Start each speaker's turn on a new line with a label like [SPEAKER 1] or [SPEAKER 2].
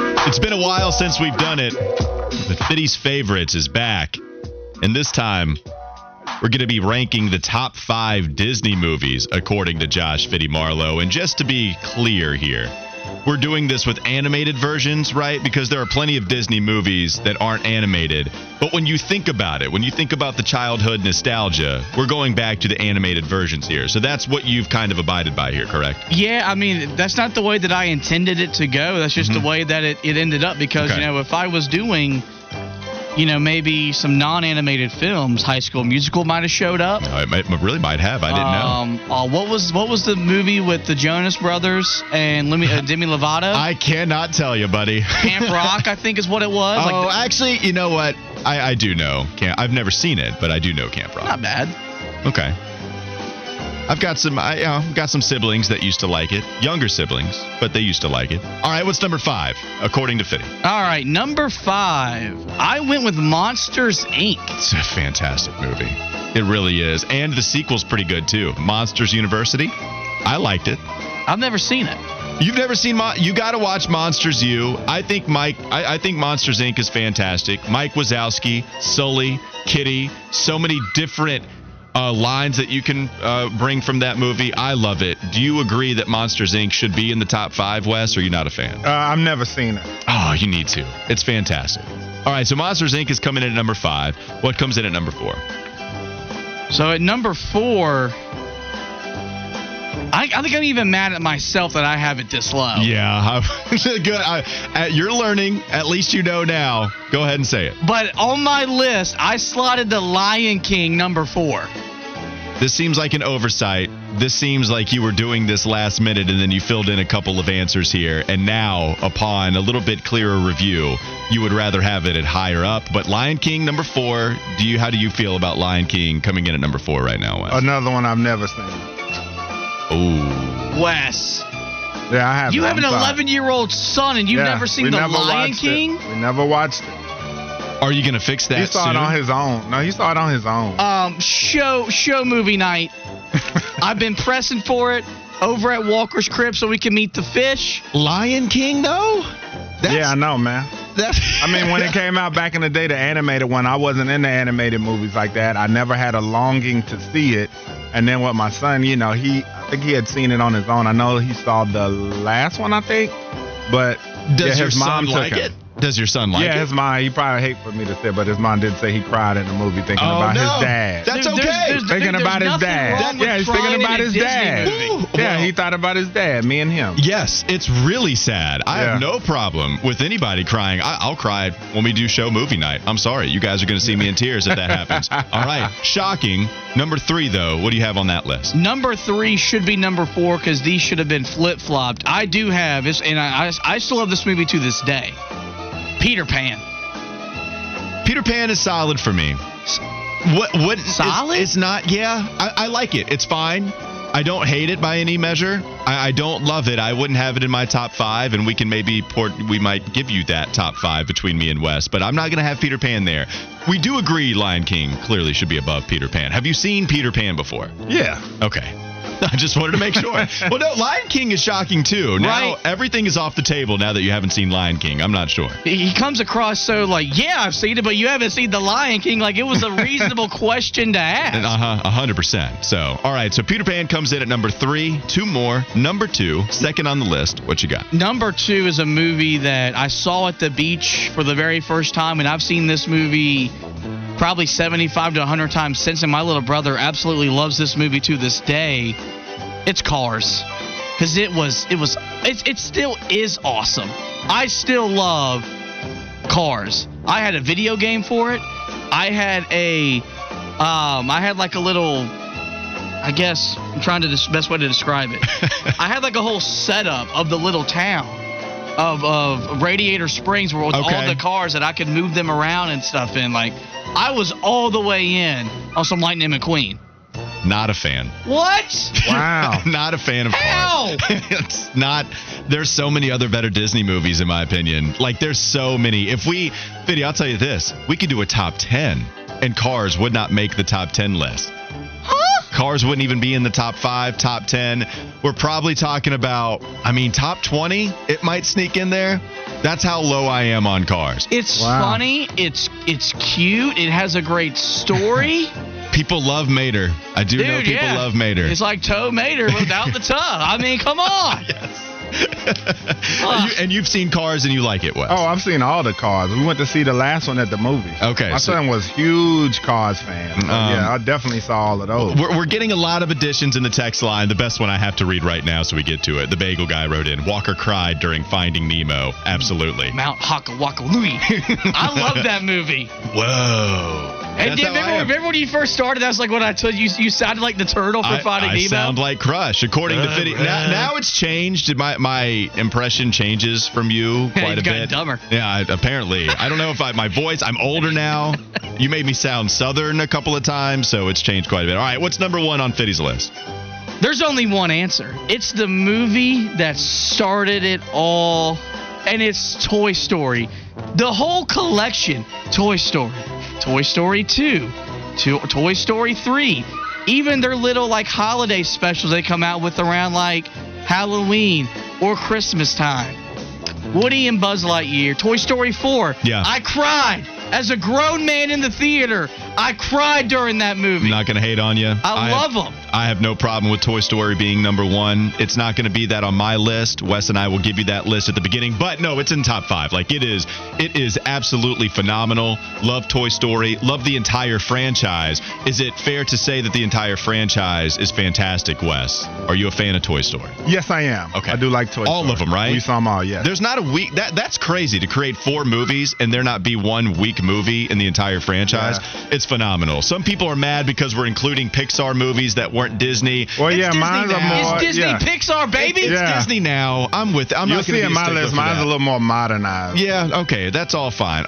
[SPEAKER 1] It's been a while since we've done it, but Fiddy's Favorites is back. And this time, we're going to be ranking the top five Disney movies, according to Josh Fitty Marlowe. And just to be clear here, we're doing this with animated versions, right? Because there are plenty of Disney movies that aren't animated. But when you think about it, when you think about the childhood nostalgia, we're going back to the animated versions here. So that's what you've kind of abided by here, correct?
[SPEAKER 2] Yeah, I mean, that's not the way that I intended it to go. That's just the way that it, it ended up because,
[SPEAKER 1] Mm-hmm. Okay.
[SPEAKER 2] you know, if I was doing, you know, maybe some non animated films, High School Musical might have showed up.
[SPEAKER 1] I might, really might have. I didn't know.
[SPEAKER 2] Um, uh, what was what was the movie with the Jonas Brothers and Lemi, uh, Demi Lovato?
[SPEAKER 1] I cannot tell you, buddy.
[SPEAKER 2] Camp Rock, I think, is what it was.
[SPEAKER 1] oh,
[SPEAKER 2] like,
[SPEAKER 1] actually, you know what? I, I do know. Camp, I've never seen it, but I do know Camp Rock.
[SPEAKER 2] not bad.
[SPEAKER 1] Okay. I've got some. I, uh, I've got some siblings that used to like it. Younger siblings, but they used to like it. All right, what's number five according to Fitty?
[SPEAKER 2] All right, number five. I went with Monsters Inc.
[SPEAKER 1] It's a fantastic movie. It really is, and the sequel's pretty good too. Monsters University. I liked it.
[SPEAKER 2] I've never seen it.
[SPEAKER 1] You've never seen Mon- you got to watch Monsters U. I think Mike I, I think Monsters Inc is fantastic. Mike Wazowski, Sully, Kitty, so many different uh, lines that you can uh, bring from that movie. I love it. Do you agree that Monsters Inc should be in the top 5 Wes or you're not a fan?
[SPEAKER 3] Uh, I've never seen it.
[SPEAKER 1] Oh, you need to. It's fantastic. All right, so Monsters Inc is coming in at number 5. What comes in at number 4?
[SPEAKER 2] So at number four, I, I think I'm even mad at myself that I have it this low.
[SPEAKER 1] Yeah, I- good. I, uh, you're learning. At least you know now. Go ahead and say it.
[SPEAKER 2] But on my list, I slotted The Lion King number four.
[SPEAKER 1] This seems like an oversight. This seems like you were doing this last minute and then you filled in a couple of answers here. And now, upon a little bit clearer review, you would rather have it at higher up. But Lion King number four, do you how do you feel about Lion King coming in at number four right now? Wes?
[SPEAKER 3] Another one I've never seen. Uh,
[SPEAKER 1] Ooh.
[SPEAKER 2] Wes,
[SPEAKER 3] Yeah, I haven't.
[SPEAKER 2] you have
[SPEAKER 3] I'm
[SPEAKER 2] an
[SPEAKER 3] sorry.
[SPEAKER 2] 11 year old son and you've
[SPEAKER 3] Yeah,
[SPEAKER 2] never seen
[SPEAKER 3] we
[SPEAKER 2] The
[SPEAKER 3] never
[SPEAKER 2] Lion
[SPEAKER 3] watched
[SPEAKER 2] King?
[SPEAKER 3] It. We never watched it.
[SPEAKER 1] Are you gonna fix that
[SPEAKER 3] He saw
[SPEAKER 1] soon?
[SPEAKER 3] it on his own. No, he saw it on his own.
[SPEAKER 2] Um, show show movie night. I've been pressing for it over at Walker's Crib so we can meet the fish.
[SPEAKER 1] Lion King though? That's,
[SPEAKER 3] yeah, I know, man.
[SPEAKER 1] That's,
[SPEAKER 3] I mean, when it came out back in the day, the animated one, I wasn't into animated movies like that. I never had a longing to see it. And then with my son, you know, he, I think he had seen it on his own. I know he saw the last one, I think, but yeah,
[SPEAKER 1] does
[SPEAKER 3] his
[SPEAKER 1] your son
[SPEAKER 3] mom took
[SPEAKER 1] like it?
[SPEAKER 3] him.
[SPEAKER 1] Does your son like
[SPEAKER 3] yeah,
[SPEAKER 1] it?
[SPEAKER 3] his mom. He probably hate for me to say, but his mom did say he cried in the movie thinking
[SPEAKER 1] Oh,
[SPEAKER 3] about
[SPEAKER 1] no.
[SPEAKER 3] his dad.
[SPEAKER 1] That's okay.
[SPEAKER 3] Thinking
[SPEAKER 2] there's
[SPEAKER 3] about his
[SPEAKER 2] nothing
[SPEAKER 3] dad.
[SPEAKER 2] wrong with
[SPEAKER 3] Yeah, he's
[SPEAKER 2] crying
[SPEAKER 3] thinking
[SPEAKER 2] in
[SPEAKER 3] about
[SPEAKER 2] a
[SPEAKER 3] his
[SPEAKER 2] Disney
[SPEAKER 3] dad.
[SPEAKER 2] movie.
[SPEAKER 1] Woo!
[SPEAKER 3] yeah,
[SPEAKER 1] Well-
[SPEAKER 3] he thought about his dad, me and him.
[SPEAKER 1] Yes, it's really sad. I have
[SPEAKER 3] Yeah.
[SPEAKER 1] no problem with anybody crying. I, I'll cry when we do show movie night. I'm sorry. You guys are going to see me in tears if that happens. All right. Shocking. Number three, though. What do you have on that list?
[SPEAKER 2] Number three should be number four because these should have been flip flopped. I do have this, and I, I I still love this movie to this day. Peter Pan.
[SPEAKER 1] Peter Pan is solid for me. What? What? it's-
[SPEAKER 2] Solid?
[SPEAKER 1] It's, not. Yeah, I, I like it. It's fine. I don't hate it by any measure. I, I don't love it. I wouldn't have it in my top five, and we can maybe port. We might give you that top five between me and Wes, but I'm not gonna have Peter Pan there. We do agree. Lion King clearly should be above Peter Pan. Have you seen Peter Pan before?
[SPEAKER 3] Yeah.
[SPEAKER 1] Okay. I just wanted to make sure. well, no, Lion King is shocking too. Now
[SPEAKER 2] Right.
[SPEAKER 1] everything is off the table now that you haven't seen Lion King. I'm not sure.
[SPEAKER 2] He he comes across so like, yeah, I've seen it, but you haven't seen The Lion King. Like it was a reasonable question to ask.
[SPEAKER 1] Uh huh. A hundred percent. So, all right. So Peter Pan comes in at number three. Two more. Number two, second on the list. What you got?
[SPEAKER 2] Number two is a movie that I saw at the beach for the very first time, and I've seen this movie probably 75 to 100 times since, and my little brother absolutely loves this movie to this day. It's Cars, because it was, it was, it, it still is awesome. I still love Cars. I had a video game for it. I had a, um, I had like a little I guess I'm trying to dis- best way to describe it. I had like a whole setup of the little town of of Radiator Springs where with
[SPEAKER 1] Okay.
[SPEAKER 2] all the cars that I could move them around and stuff in. Like I was all the way in on some Lightning McQueen.
[SPEAKER 1] Not a fan.
[SPEAKER 2] What?
[SPEAKER 3] Wow.
[SPEAKER 1] not a fan of
[SPEAKER 2] How?
[SPEAKER 1] Cars. it's not. There's so many other better Disney movies, in my opinion. Like there's so many. If we, Fiddy, I'll tell you this. We could do a top ten, and Cars would not make the top ten list. Cars wouldn't even be in the top five, top 10. We're probably talking about, I mean, top 20, it might sneak in there. That's how low I am on cars.
[SPEAKER 2] It's
[SPEAKER 3] Wow.
[SPEAKER 2] funny. It's it's cute. It has a great story.
[SPEAKER 1] People love Mater. I do
[SPEAKER 2] Dude,
[SPEAKER 1] know people
[SPEAKER 2] yeah.
[SPEAKER 1] love Mater.
[SPEAKER 2] It's like Toe Mater without the tub. I mean, come on.
[SPEAKER 1] yes.
[SPEAKER 2] Ugh.
[SPEAKER 1] you, and you've seen cars and you like it, Wes.
[SPEAKER 3] Oh, I've seen all the cars. We went to see the last one at the movie.
[SPEAKER 1] Okay,
[SPEAKER 3] My
[SPEAKER 1] so-
[SPEAKER 3] son was huge cars fan. So,
[SPEAKER 1] Um,
[SPEAKER 3] yeah, I definitely saw all of those.
[SPEAKER 1] We're, we're getting a lot of additions in the text line. The best one I have to read right now, so we get to it. The bagel guy wrote in Walker cried during Finding Nemo. Absolutely.
[SPEAKER 2] Mount Haka Waka Louie. I love that movie.
[SPEAKER 1] Whoa.
[SPEAKER 2] And
[SPEAKER 1] That's
[SPEAKER 2] did,
[SPEAKER 1] how I
[SPEAKER 2] remember,
[SPEAKER 1] am.
[SPEAKER 2] remember when you first started? That's like what I told you. You sounded like the turtle for
[SPEAKER 1] I,
[SPEAKER 2] Finding
[SPEAKER 1] I
[SPEAKER 2] Nemo.
[SPEAKER 1] sound like Crush, according to
[SPEAKER 2] Uh,
[SPEAKER 1] Fiddy.
[SPEAKER 2] uh.
[SPEAKER 1] Now, now it's changed. My my impression changes from you
[SPEAKER 2] Yeah,
[SPEAKER 1] quite
[SPEAKER 2] you've
[SPEAKER 1] a
[SPEAKER 2] gotten
[SPEAKER 1] bit.
[SPEAKER 2] dumber.
[SPEAKER 1] Yeah, I, apparently. I don't know if I my voice. I'm older now. You made me sound southern a couple of times, so it's changed quite a bit. All right, what's number one on Fiddy's list?
[SPEAKER 2] There's only one answer. It's the movie that started it all, and it's Toy Story. The whole collection Toy Story, Toy Story 2, to- Toy Story 3, even their little like holiday specials they come out with around like Halloween or Christmas time. Woody and Buzz Lightyear, Toy Story 4.
[SPEAKER 1] Yeah.
[SPEAKER 2] I cried as a grown man in the theater. I cried during that movie.
[SPEAKER 1] I'm not gonna hate on you.
[SPEAKER 2] I,
[SPEAKER 1] have-
[SPEAKER 2] love 'em. love them.
[SPEAKER 1] I have no problem with Toy Story being number one. It's not going to be that on my list. Wes and I will give you that list at the beginning, but no, it's in top five. Like it is, it is absolutely phenomenal. Love Toy Story. Love the entire franchise. Is it fair to say that the entire franchise is fantastic, Wes? Are you a fan of Toy Story?
[SPEAKER 3] yes, I am.
[SPEAKER 1] Okay.
[SPEAKER 3] I do like Toy
[SPEAKER 1] All
[SPEAKER 3] Story.
[SPEAKER 1] of 'em, right?
[SPEAKER 3] We saw them all, yes.
[SPEAKER 1] There's not a week that that's crazy to create four movies and there not be one weak movie in the entire franchise. It's phenomenal. Some people are mad because we're including Pixar movies that weren't Disney.
[SPEAKER 3] well,
[SPEAKER 1] It's
[SPEAKER 3] yeah,
[SPEAKER 1] Disney
[SPEAKER 3] mine's are
[SPEAKER 1] now.
[SPEAKER 3] more.
[SPEAKER 2] It's Disney
[SPEAKER 3] yeah.
[SPEAKER 2] Pixar, baby.
[SPEAKER 1] It's
[SPEAKER 3] Yeah.
[SPEAKER 1] Disney now. I'm with. I'm
[SPEAKER 3] You'll
[SPEAKER 1] not gonna
[SPEAKER 3] see
[SPEAKER 1] be
[SPEAKER 3] in
[SPEAKER 1] a
[SPEAKER 3] my
[SPEAKER 1] stickler
[SPEAKER 3] list.
[SPEAKER 1] for
[SPEAKER 3] Mine's
[SPEAKER 1] that.
[SPEAKER 3] a little more modernized.
[SPEAKER 1] Yeah. Okay. That's all fine.